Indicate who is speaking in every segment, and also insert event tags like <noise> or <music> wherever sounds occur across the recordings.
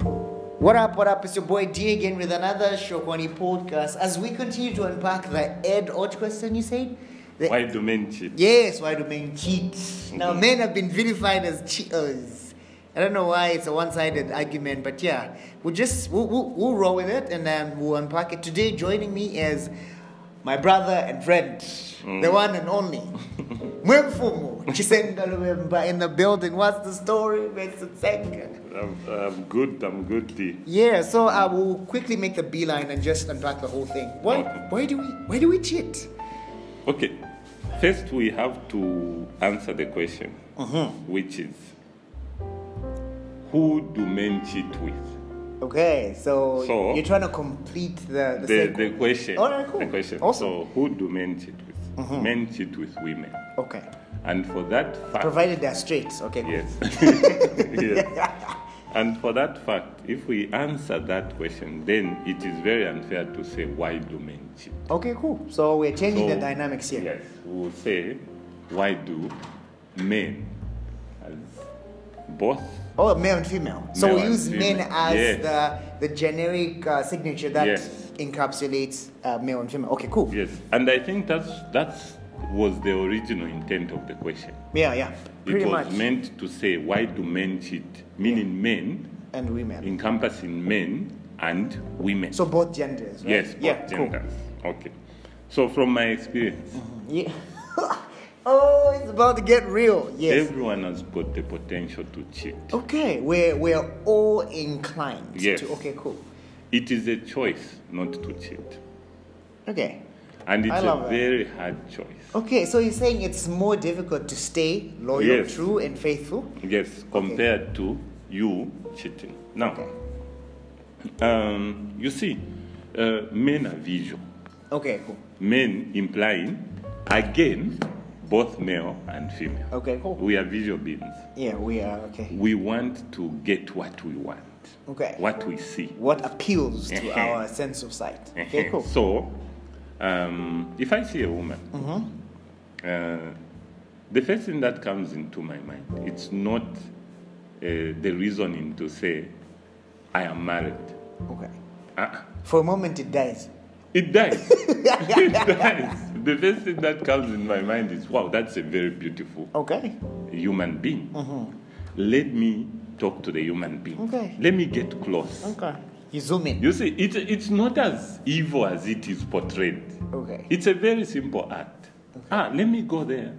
Speaker 1: What up, what up? It's your boy D again with another Shokwani podcast. As we continue to unpack the Ed Odd question you said. The-
Speaker 2: Why do men cheat?
Speaker 1: Yes, why do men cheat? Now, men have been vilified as cheaters. I don't know why it's a one sided argument, but yeah, we'll just we'll, we'll, we'll roll with it and then we'll unpack it. Today, joining me is my brother and friend, the one and only. Mwemfumu Chisengalumemba in the building. What's the story, Mr. Tsenga?
Speaker 2: I'm, I'm good, I'm good, D.
Speaker 1: Yeah, so I will quickly make the beeline and just unpack the whole thing. Why, why do we why do we cheat?
Speaker 2: Okay, first we have to answer the question,
Speaker 1: Mm-hmm.
Speaker 2: which is who do men cheat with?
Speaker 1: Okay, so,
Speaker 2: So-
Speaker 1: you're trying to complete the the,
Speaker 2: The,
Speaker 1: circle.
Speaker 2: the question.
Speaker 1: Alright, cool.
Speaker 2: The question.
Speaker 1: Awesome. Mm-hmm.
Speaker 2: So, who do men cheat with? Men cheat with women.
Speaker 1: Okay,
Speaker 2: And for that fact,
Speaker 1: provided they're straight. Okay. cool. <laughs>
Speaker 2: yes. <laughs> yes. And for that fact, if we answer that question, then it is very unfair to say, why do men cheat?
Speaker 1: Okay, cool. So we're changing the
Speaker 2: So,
Speaker 1: dynamics here.
Speaker 2: Yes, we will say, why do men, as both,
Speaker 1: Oh, male and female. So
Speaker 2: Male
Speaker 1: we
Speaker 2: and
Speaker 1: use men
Speaker 2: female.
Speaker 1: as
Speaker 2: Yes.
Speaker 1: the the generic uh, signature that
Speaker 2: Yes.
Speaker 1: encapsulates uh, male and female. Okay, cool.
Speaker 2: yes, and I think that's that's was the original intent of the question.
Speaker 1: Yeah, yeah. Pretty
Speaker 2: it was
Speaker 1: much.
Speaker 2: meant to say, why do men cheat? Meaning men,
Speaker 1: and women.
Speaker 2: encompassing men and women.
Speaker 1: So both genders. Right?
Speaker 2: yes, both
Speaker 1: Yeah. Cool.
Speaker 2: genders. Okay. So from my experience,
Speaker 1: Yeah. <laughs> oh, it's about to get real. Yes. Oh.
Speaker 2: everyone has got the potential to cheat.
Speaker 1: Okay, we're we're all inclined.
Speaker 2: Yes.
Speaker 1: To, okay, cool.
Speaker 2: It is a choice not to cheat.
Speaker 1: Okay.
Speaker 2: And it's
Speaker 1: I love
Speaker 2: a
Speaker 1: that.
Speaker 2: very hard choice.
Speaker 1: Okay, so you're saying it's more difficult to stay loyal,
Speaker 2: Yes.
Speaker 1: true, and faithful?
Speaker 2: Yes, compared to you cheating. Now,
Speaker 1: Okay.
Speaker 2: um, you see, uh, men are visual.
Speaker 1: Okay, cool.
Speaker 2: Men implying, again, both male and female.
Speaker 1: Okay, cool.
Speaker 2: We are visual beings.
Speaker 1: Yeah, we are okay.
Speaker 2: We want to get what we want,
Speaker 1: Okay.
Speaker 2: what we see.
Speaker 1: What appeals to
Speaker 2: <laughs> Uh-huh.
Speaker 1: our sense of sight? Okay,
Speaker 2: <laughs>
Speaker 1: cool.
Speaker 2: So, um, if I see a woman,
Speaker 1: Mm-hmm.
Speaker 2: uh, the first thing that comes into my mind, it's not uh, the reasoning to say, I am married.
Speaker 1: Okay.
Speaker 2: Ah,
Speaker 1: For a moment it dies.
Speaker 2: It dies. <laughs> it dies. The first thing that comes in my mind is, wow, that's a very beautiful
Speaker 1: Okay.
Speaker 2: human being. Let me talk to the human being.
Speaker 1: Mm-hmm. Okay.
Speaker 2: Let me get close.
Speaker 1: Okay. You zoom in.
Speaker 2: You see, it, it's not as evil as it is portrayed.
Speaker 1: Okay.
Speaker 2: It's a very simple act. Ah, let me go there.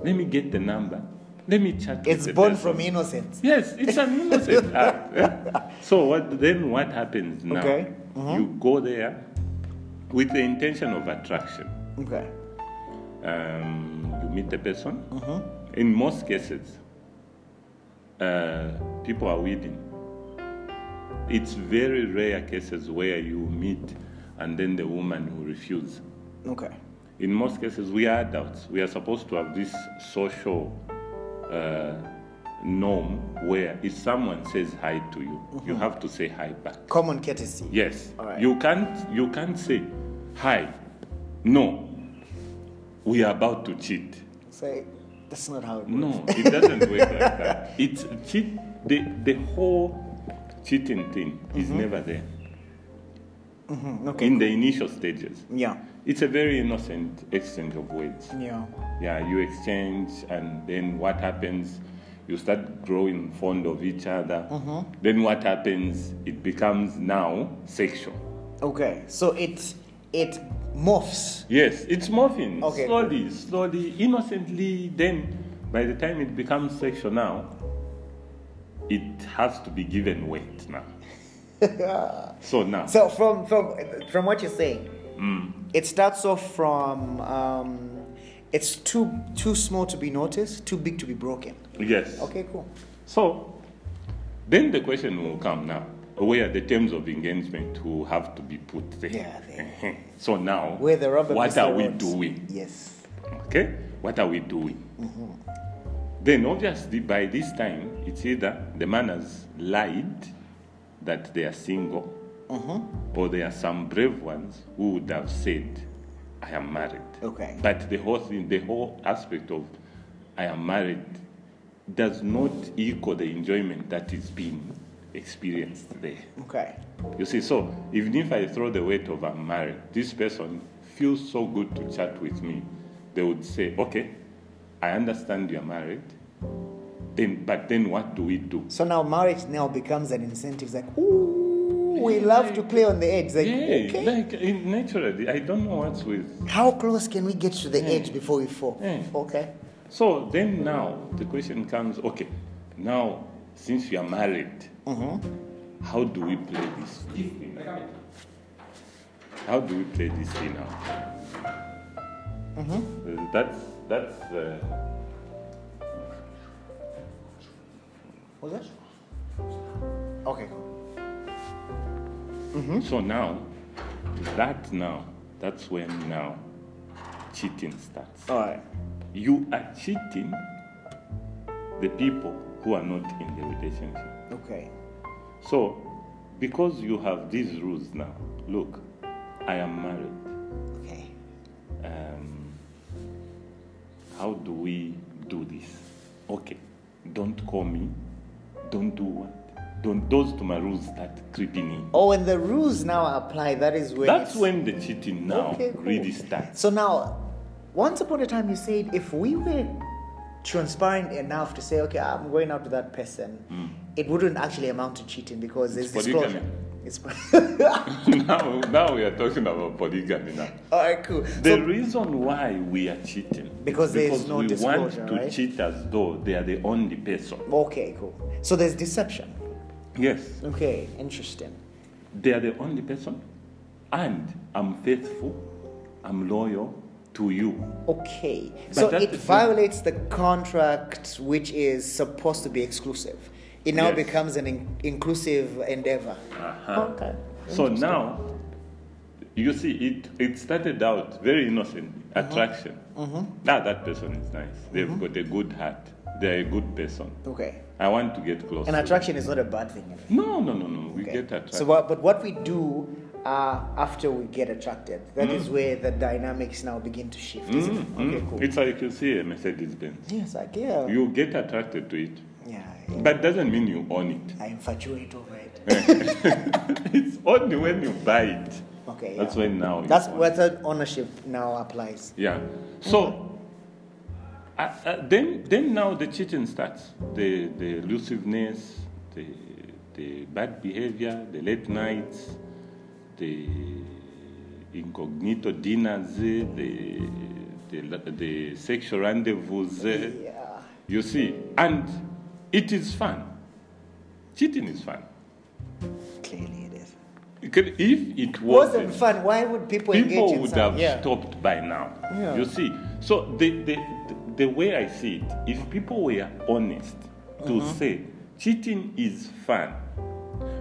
Speaker 2: Let me get the number. Let me chat. with
Speaker 1: It's
Speaker 2: the
Speaker 1: born
Speaker 2: person.
Speaker 1: from innocence.
Speaker 2: Yes, it's an innocent act. eh? So what then? What happens now?
Speaker 1: Okay.
Speaker 2: You go there with the intention of attraction.
Speaker 1: Okay.
Speaker 2: Um, you meet the person. In most cases, uh, people are willing. It's very rare cases where you meet and then the woman will refuse.
Speaker 1: Okay.
Speaker 2: In most cases, we are adults. We are supposed to have this social uh, norm where if someone says hi to you, you have to say hi back.
Speaker 1: Common courtesy.
Speaker 2: Yes.
Speaker 1: All right.
Speaker 2: You can't. You can't say hi. No. We are about to cheat.
Speaker 1: Say that's not how it works.
Speaker 2: No, it doesn't work like that. It's cheat. The the whole cheating thing is never there
Speaker 1: Mm, Okay.
Speaker 2: in the initial stages.
Speaker 1: Yeah.
Speaker 2: It's a very innocent exchange of words.
Speaker 1: Yeah.
Speaker 2: yeah you exchange and then what happens you start growing fond of each other
Speaker 1: Mm-hmm.
Speaker 2: then what happens it becomes now sexual
Speaker 1: Okay. So it it morphs.
Speaker 2: yes it's morphing
Speaker 1: Okay.
Speaker 2: slowly slowly innocently then by the time it becomes sexual now it has to be given
Speaker 1: <laughs>
Speaker 2: weight now so now
Speaker 1: So from from from what you're saying, it starts off from um, it's too too small to be noticed, too big to be broken.
Speaker 2: yes
Speaker 1: Okay, cool.
Speaker 2: So, then the question will come now where the terms of engagement will have to be put there.
Speaker 1: Yeah, there.
Speaker 2: <laughs> so now,
Speaker 1: Where the rubber
Speaker 2: what
Speaker 1: meets the
Speaker 2: are we
Speaker 1: road.
Speaker 2: doing?
Speaker 1: Yes.
Speaker 2: Okay? What are we doing? Then, obviously, by this time, it's either the man has lied that they are single, or there are some brave ones who would have said, I am married.
Speaker 1: Okay.
Speaker 2: But the whole thing, the whole aspect of I am married does not equal the enjoyment that is being experienced there.
Speaker 1: Okay.
Speaker 2: You see, so even if I throw the weight of I'm married, this person feels so good to chat with me. They would say, okay, I understand you're married. Then, but then what do we do?
Speaker 1: So now marriage now becomes an incentive. Like, ooh, we love to play on the edge. Like,
Speaker 2: yeah,
Speaker 1: okay.
Speaker 2: like in- naturally, I don't know what's with.
Speaker 1: How close can we get to the edge before we fall?
Speaker 2: Yeah.
Speaker 1: Okay.
Speaker 2: So then now the question comes, okay, now since you are married,
Speaker 1: Mm-hmm.
Speaker 2: how do we play this? thing? How do we play this thing out?
Speaker 1: Mm-hmm.
Speaker 2: Uh, That's that's. Uh,
Speaker 1: What's that? Okay.
Speaker 2: So now, that now, that's when now cheating starts.
Speaker 1: All right.
Speaker 2: You are cheating the people who are not in the relationship.
Speaker 1: Okay.
Speaker 2: So, because you have these rules now, look, I am married.
Speaker 1: Okay.
Speaker 2: Um, how do we do this? Okay, don't call me. Don't do what? Don't. Those to my rules start creeping in.
Speaker 1: Oh, when the rules now apply, that is when.
Speaker 2: That's
Speaker 1: it's-
Speaker 2: when the cheating now
Speaker 1: Okay, cool.
Speaker 2: really starts. <laughs>
Speaker 1: So now, once upon a time, you said if we were transparent enough to say, okay, I'm going out with that person, it wouldn't actually amount to cheating because there's
Speaker 2: Hmm. It's
Speaker 1: disclosure.
Speaker 2: polygamy.
Speaker 1: It's
Speaker 2: now, now we are talking about polygamy now.
Speaker 1: <laughs> all right, cool.
Speaker 2: The
Speaker 1: so,
Speaker 2: reason why we are cheating
Speaker 1: Because there is
Speaker 2: because
Speaker 1: no
Speaker 2: we want
Speaker 1: disclosure,
Speaker 2: to
Speaker 1: right?
Speaker 2: cheat as though they are the only person.
Speaker 1: okay, cool. So there's deception.
Speaker 2: Yes,
Speaker 1: Okay, interesting.
Speaker 2: they are the only person, and I'm faithful, I'm loyal to you.
Speaker 1: Okay, so
Speaker 2: that
Speaker 1: it
Speaker 2: is not-
Speaker 1: violates the contract, which is supposed to be exclusive. It now
Speaker 2: Yes. Ah.
Speaker 1: becomes an in- inclusive endeavor. Okay.
Speaker 2: Uh-huh. So now, you see, it it started out very innocent
Speaker 1: Uh-huh.
Speaker 2: attraction. Now that person is nice. They've got a good heart. They're a good person.
Speaker 1: Okay.
Speaker 2: I want to get
Speaker 1: And
Speaker 2: close. to them.
Speaker 1: attraction is not a bad thing.
Speaker 2: No, no, no, no. We get attracted.
Speaker 1: So, what, but what we do uh, after we get attracted, that is where the dynamics now begin to shift, isn't it?
Speaker 2: Mm,
Speaker 1: Okay, cool.
Speaker 2: It's like you see a Mercedes Benz.
Speaker 1: yes, I get.
Speaker 2: You get attracted to it,
Speaker 1: yeah,
Speaker 2: but doesn't mean you own it. <laughs>
Speaker 1: I infatuate over it.
Speaker 2: It's only when you buy it.
Speaker 1: Okay,
Speaker 2: That's
Speaker 1: yeah.
Speaker 2: when now. you
Speaker 1: That's
Speaker 2: own
Speaker 1: where
Speaker 2: it.
Speaker 1: the ownership now applies.
Speaker 2: Yeah. So. Uh, uh, then, then now the cheating starts. The the elusiveness, the the bad behavior, the late nights, the incognito dinners, eh, the the, the sexual rendezvous. eh.
Speaker 1: Yeah.
Speaker 2: You see, and it is fun. Cheating is fun.
Speaker 1: Clearly it is.
Speaker 2: You can- If it
Speaker 1: Wasn't
Speaker 2: wasn't,
Speaker 1: fun. Why would people, engage
Speaker 2: people
Speaker 1: in
Speaker 2: would
Speaker 1: some-
Speaker 2: have
Speaker 1: yeah.
Speaker 2: stopped by now.
Speaker 1: Yeah.
Speaker 2: You see, so the, the, the, the way I see it, if people were honest to
Speaker 1: Mm-hmm.
Speaker 2: say cheating is fun,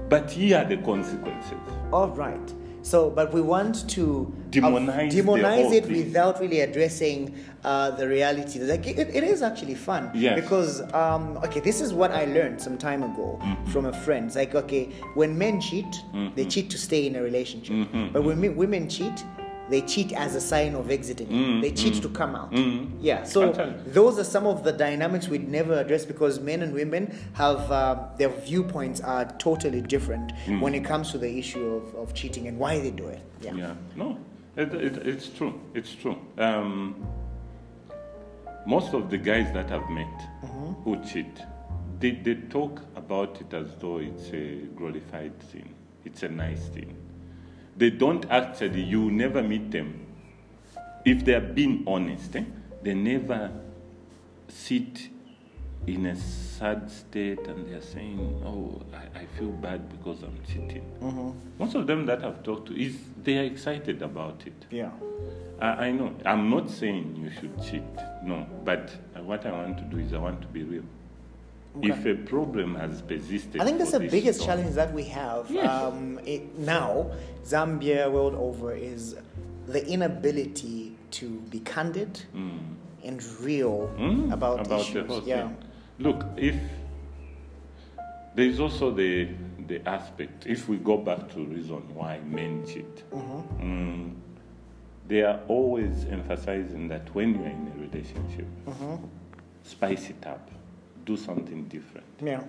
Speaker 2: but here are the consequences.
Speaker 1: All right. So, but we want to
Speaker 2: Demonize the
Speaker 1: demonize
Speaker 2: whole
Speaker 1: it
Speaker 2: thing.
Speaker 1: without really addressing uh, the reality. Like it, it is actually fun.
Speaker 2: Yes.
Speaker 1: Because um, okay, this is what I learned some time ago
Speaker 2: Mm-hmm.
Speaker 1: from a friend. It's like okay, when men cheat, they cheat to stay in a relationship.
Speaker 2: Mm-hmm.
Speaker 1: But when men, women cheat. They cheat as a sign of exiting.
Speaker 2: Mm-hmm.
Speaker 1: They cheat to come out. Yeah. So
Speaker 2: Fantastic.
Speaker 1: those are some of the dynamics we'd never address because men and women have uh, their viewpoints are totally different
Speaker 2: Hmm.
Speaker 1: when it comes to the issue of, of cheating and why they do it yeah,
Speaker 2: Yeah, no, it, it, it's true. It's true. Um, most of the guys that I've met who cheat, they, they talk about it as though it's a glorified thing, it's a nice thing. They don't actually, you never meet them. If they are being honest, eh, they never sit in a sad state and they are saying, Oh, I, I feel bad because I'm cheating.
Speaker 1: Mm-hmm.
Speaker 2: Most of them that I've talked to is they are excited about it.
Speaker 1: yeah.
Speaker 2: I, I know. I'm not saying you should cheat. No. But uh, what I want to do is I want to be real. If a problem has persisted,
Speaker 1: I think that's
Speaker 2: for
Speaker 1: the
Speaker 2: this
Speaker 1: biggest
Speaker 2: long-
Speaker 1: challenge that we have
Speaker 2: Yes.
Speaker 1: um, it, now, Zambia world over, is the inability to be candid and real
Speaker 2: Mm,
Speaker 1: about,
Speaker 2: Hmm. the
Speaker 1: issues.
Speaker 2: whole
Speaker 1: yeah.
Speaker 2: thing. Look, if there is also the the aspect, if we go back to reason why men cheat,
Speaker 1: Mm-hmm.
Speaker 2: mm, they are always emphasizing that when you are
Speaker 1: Mm-hmm.
Speaker 2: in a relationship, spice it up, do something different.
Speaker 1: Yeah.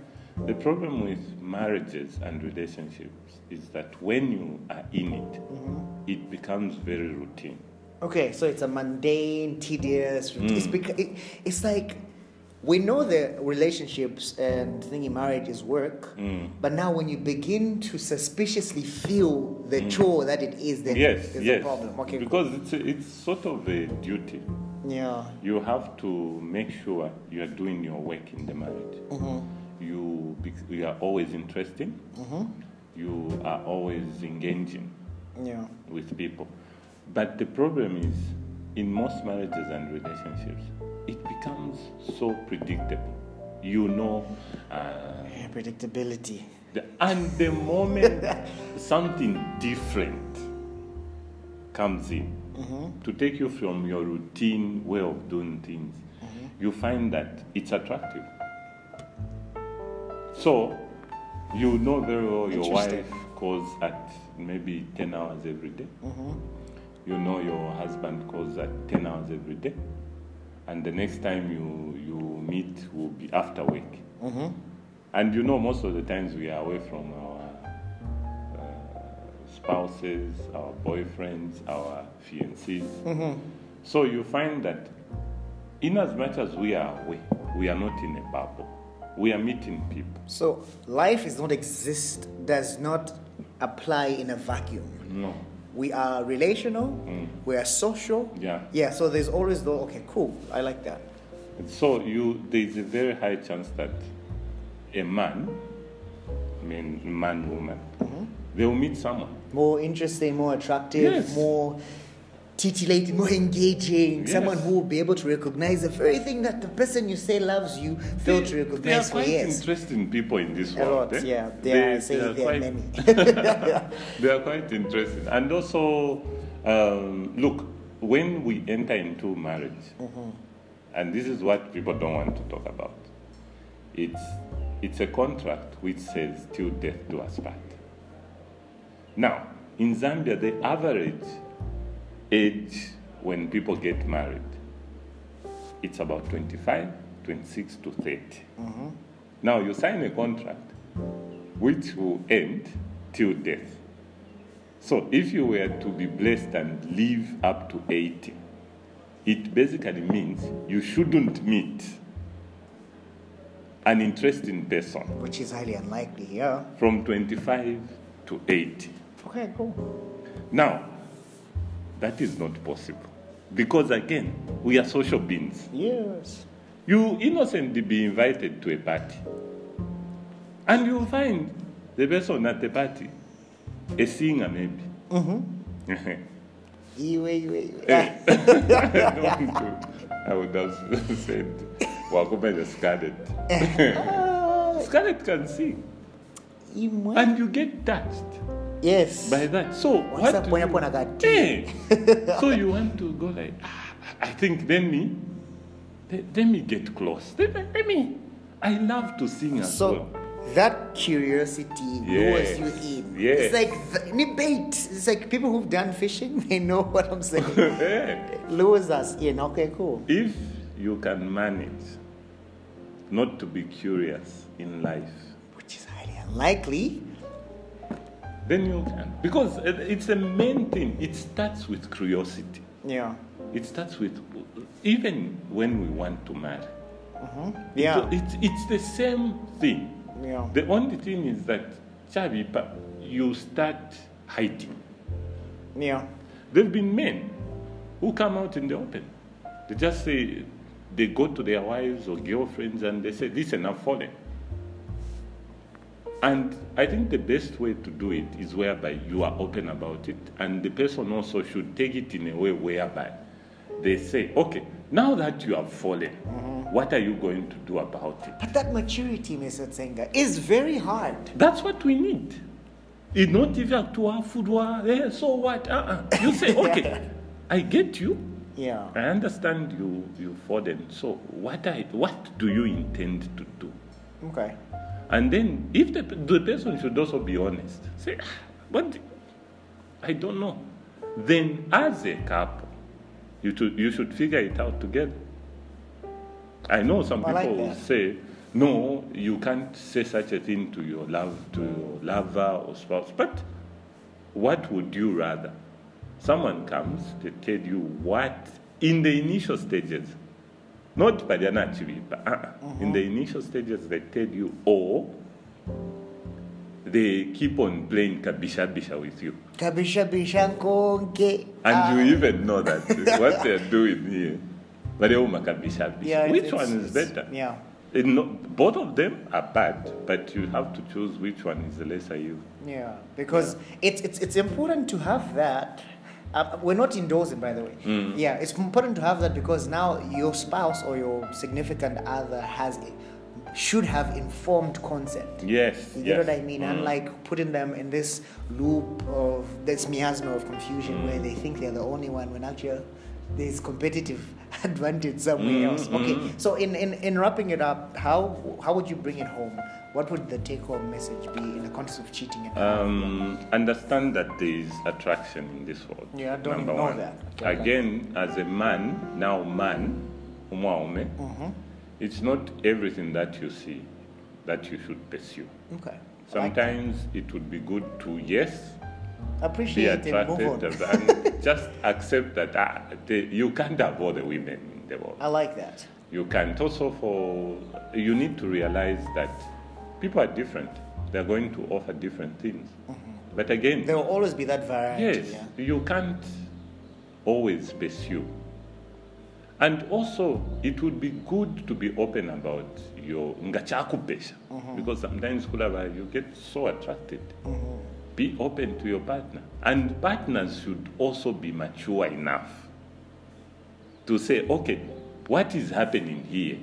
Speaker 2: The problem with marriages and relationships is that when you are in it,
Speaker 1: Mm-hmm.
Speaker 2: it becomes very routine.
Speaker 1: Okay, so it's a mundane, tedious.
Speaker 2: Mm.
Speaker 1: It's beca- it, it's like we know the relationships and thinking marriage is work,
Speaker 2: Mm.
Speaker 1: but now when you begin to suspiciously feel the chore that it is, then
Speaker 2: Mm. yes,
Speaker 1: there's
Speaker 2: yes.
Speaker 1: a problem. Okay, cool.
Speaker 2: because it's, a, it's sort of a duty.
Speaker 1: yeah,
Speaker 2: You have to make sure you are doing your work in the marriage. You, bec- you are always interesting. You are always engaging.
Speaker 1: yeah,
Speaker 2: with people. But the problem is, in most marriages and relationships, it becomes so predictable. You know, uh,
Speaker 1: Yeah, predictability.
Speaker 2: the, and the moment something different comes in to take you from your routine way of doing things, you find that it's attractive. So, you know very well your
Speaker 1: Interesting.
Speaker 2: wife calls at maybe 10 hours every day. You know your husband calls at 10 hours every day. And the next time you, you meet will be after work. And you know, most of the times we are away from our uh, spouses, our boyfriends, our fiancés.
Speaker 1: Mm-hmm.
Speaker 2: So you find that, in as much as we are away, we are not in a bubble. We are meeting people.
Speaker 1: So life is not exist does not apply in a vacuum.
Speaker 2: No. Mm.
Speaker 1: We are relational. We are social.
Speaker 2: Yeah.
Speaker 1: Yeah. So there's always the okay, cool. I like that.
Speaker 2: So you, there is a very high chance that a man, I mean man, woman,
Speaker 1: Mm-hmm.
Speaker 2: they will meet someone.
Speaker 1: More interesting, more attractive,
Speaker 2: Yes.
Speaker 1: more titillating, more engaging.
Speaker 2: Yes.
Speaker 1: Someone who will be able to recognize the very thing that the person you say loves you failed to
Speaker 2: There are
Speaker 1: recognize for
Speaker 2: quite
Speaker 1: years.
Speaker 2: interesting people in this
Speaker 1: A
Speaker 2: world.
Speaker 1: lot.
Speaker 2: eh?
Speaker 1: Yeah. There are, say
Speaker 2: they are
Speaker 1: there are
Speaker 2: quite,
Speaker 1: many.
Speaker 2: <laughs> They are quite interesting. And also, um, look, when we enter into marriage, and this is what people don't want to talk about, it's, it's a contract which says, till death do us part. Now, in Zambia, the average age when people get married, it's about 25, 26 to 30. Now, you sign a contract which will end till death. So, if you were to be blessed and live up to 80, it basically means you shouldn't meet an interesting person
Speaker 1: <laughs> Which is highly unlikely. Yeah.
Speaker 2: from 25 to 80.
Speaker 1: Okay. Cool.
Speaker 2: Now, that is not possible because again, we are social beings.
Speaker 1: Yes.
Speaker 2: You innocently be invited to a party, and you find the person at the party a singer, maybe. Mm-hmm.
Speaker 1: Iwe, iwe, iwe.
Speaker 2: Hey. <laughs> I would have said, Wakuma the Scarlet. <laughs>
Speaker 1: Ah,
Speaker 2: Scarlet can sing,
Speaker 1: imwe.
Speaker 2: and you get touched.
Speaker 1: Ah, Yes.
Speaker 2: by that. So
Speaker 1: Once
Speaker 2: what do
Speaker 1: upon
Speaker 2: you-
Speaker 1: upon a god.
Speaker 2: Eh,
Speaker 1: <laughs>
Speaker 2: so you want to go like, ah, I think let me, let, let me get close. Let, me- let me. I love to sing as
Speaker 1: So
Speaker 2: well.
Speaker 1: that curiosity lures
Speaker 2: Yes.
Speaker 1: you in.
Speaker 2: Yes.
Speaker 1: It's like th- any bait. It's like people who've done fishing, <laughs> they know what I'm saying.
Speaker 2: Eh,
Speaker 1: lures us in. Okay, cool.
Speaker 2: <laughs> if you can manage not to be curious in life,
Speaker 1: Which is highly unlikely.
Speaker 2: then you can. Because it- it's the main thing. It starts with curiosity.
Speaker 1: Yeah.
Speaker 2: It starts with even when we want to marry.
Speaker 1: Yeah.
Speaker 2: It- It's, it's the same thing.
Speaker 1: Yeah.
Speaker 2: The only thing is that Chabi, pa- you start hiding.
Speaker 1: Yeah.
Speaker 2: There have been men who come out in the open. They just say, they go to their wives or girlfriends and they say, listen, I'm fallen. And I think the best way to do it is whereby you are open about it, and the person also should take it in a way whereby they say, okay, now that you have fallen, what are you going to do about it?
Speaker 1: But that maturity, Mr. Tsenga, is very hard.
Speaker 2: That's what we need. It's not even to have food, wa- eh, so what? Uh-uh. You say, okay, I get you.
Speaker 1: Yeah.
Speaker 2: I understand you, you fallen. So what, I, what do you intend to do?
Speaker 1: Okay.
Speaker 2: And then if the, the person should also be honest, say, "Ah, what, I don't know. Then as a couple, you, to, you should figure it out together. I know some
Speaker 1: I like
Speaker 2: people will
Speaker 1: that.
Speaker 2: say, No, you can't say such a thing to your love, to your lover or spouse. But what would you rather? Someone comes to tell you what in the initial stages, not by the anatomy, but uh,
Speaker 1: Mm-hmm.
Speaker 2: in the initial stages they tell you, or they keep on playing kabisha bisha with you,
Speaker 1: kabisha bisha konke
Speaker 2: and
Speaker 1: Ah,
Speaker 2: you even know
Speaker 1: <laughs>
Speaker 2: that what they are doing here. Bareuma kabisha bisha.
Speaker 1: yeah,
Speaker 2: Which
Speaker 1: it's-
Speaker 2: one is
Speaker 1: it's-
Speaker 2: better?
Speaker 1: yeah
Speaker 2: It no, both of them are bad, but you have to choose which one is the lesser evil.
Speaker 1: Yeah, because It's, it's, it's important to have that. Uh, we're not endorsing, by the way.
Speaker 2: Hmm.
Speaker 1: Yeah, it's important to have that because now your spouse or your significant other has should have informed consent.
Speaker 2: Yes.
Speaker 1: You
Speaker 2: yes.
Speaker 1: know what I mean?
Speaker 2: Mm.
Speaker 1: Unlike putting them in this loop of this miasma of confusion
Speaker 2: Mm.
Speaker 1: where they think they're the only one when actually uh, there's competitive <laughs> advantage somewhere
Speaker 2: Mm,
Speaker 1: else. Okay, so in, in, in wrapping it up, how how would you bring it home? What would the take home message be in the context of cheating? And
Speaker 2: Um, understand that there is attraction in this world.
Speaker 1: Yeah, I don't
Speaker 2: number
Speaker 1: ignore
Speaker 2: one.
Speaker 1: that. Don't
Speaker 2: Again, as a man, now man, umwaume,
Speaker 1: Mm-hmm.
Speaker 2: it's not everything that you see that you should pursue.
Speaker 1: okay,
Speaker 2: Sometimes it would be good to, yes, be
Speaker 1: appreciate it. Move
Speaker 2: attracted
Speaker 1: on.
Speaker 2: and <laughs> just accept that ah, they, you can't have all the women in the world.
Speaker 1: I like that.
Speaker 2: You can't. Also, for you need to realize that people are different. They're going to offer different things.
Speaker 1: Mm-hmm.
Speaker 2: But again,
Speaker 1: There will always be that variety.
Speaker 2: yes,
Speaker 1: Yeah.
Speaker 2: you can't always pursue. And also, it would be good to be open about your ngachakupesha because sometimes kulaba you get so attracted. Be open to your partner, and partners should also be mature enough to say, okay, what is happening here?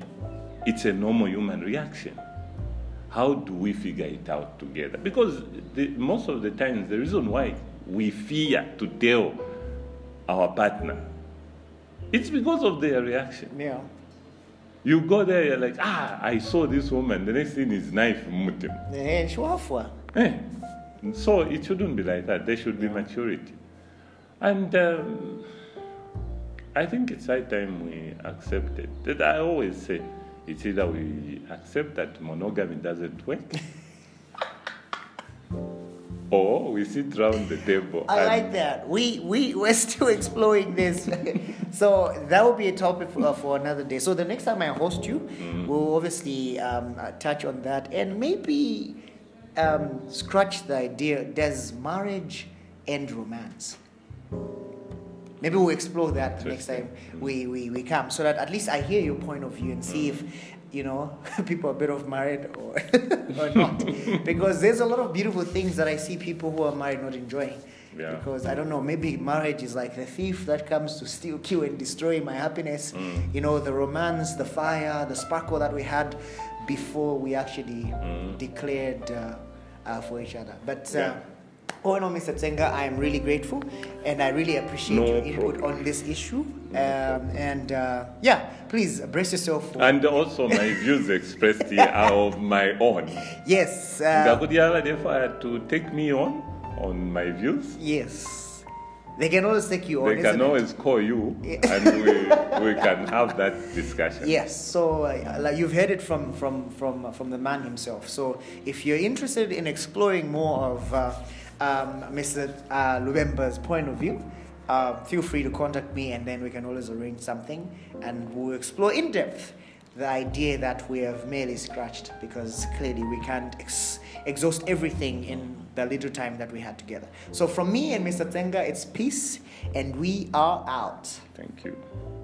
Speaker 2: It's a normal human reaction. How do we figure it out together? Because the, most of the times, the reason why we fear to tell our partner, it's because of their reaction.
Speaker 1: Yeah.
Speaker 2: You go there, you're like, ah, I saw this woman. The next thing is knife mutem.
Speaker 1: Eh, shwafwa.
Speaker 2: Eh, So it shouldn't be like that. There should be maturity. And um, I think it's high time we accept it. That I always say, it's either we accept that monogamy doesn't work, <laughs> or we sit round the table.
Speaker 1: I
Speaker 2: and-
Speaker 1: like that. We we we're still <laughs> exploring this, so that will be a topic for, for another day. So the next time I host you, we'll obviously um, uh, touch on that and maybe um, scratch the idea: does marriage end romance? Maybe we'll explore that next time we, we, we come, so that at least I hear your point of view and see if you know <laughs> people are better off married or <laughs> or not, because there's a lot of beautiful things that I see people who are married not enjoying.
Speaker 2: Yeah.
Speaker 1: Because I don't know, maybe marriage is like the thief that comes to steal, kill, and destroy my happiness.
Speaker 2: Mm.
Speaker 1: You know, the romance, the fire, the sparkle that we had before we actually
Speaker 2: Mm.
Speaker 1: declared uh, uh, for each other. But uh,
Speaker 2: Yeah.
Speaker 1: all in all, Mr. Tsenga, I am really grateful and I really appreciate
Speaker 2: No
Speaker 1: your input
Speaker 2: problem.
Speaker 1: on this issue. um, and uh, yeah, please brace yourself. For,
Speaker 2: And also, my views expressed here are of my own.
Speaker 1: yes, uh,
Speaker 2: Ngakutiala, therefore, to take me on on my views.
Speaker 1: yes. They can always take you on.
Speaker 2: They can
Speaker 1: isn't it?
Speaker 2: always call you and we, we
Speaker 1: <laughs>
Speaker 2: can have that discussion.
Speaker 1: Yes, so uh, like you've heard it from from from uh, from the man himself. So if you're interested in exploring more of uh, um, Mr. Uh, Lubemba's point of view, uh, feel free to contact me, and then we can always arrange something, and we'll explore in depth the idea that we have merely scratched because clearly we can't ex- exhaust everything in the little time that we had together. So from me and Mr. Tenga, it's peace, and we are out.
Speaker 2: Thank you.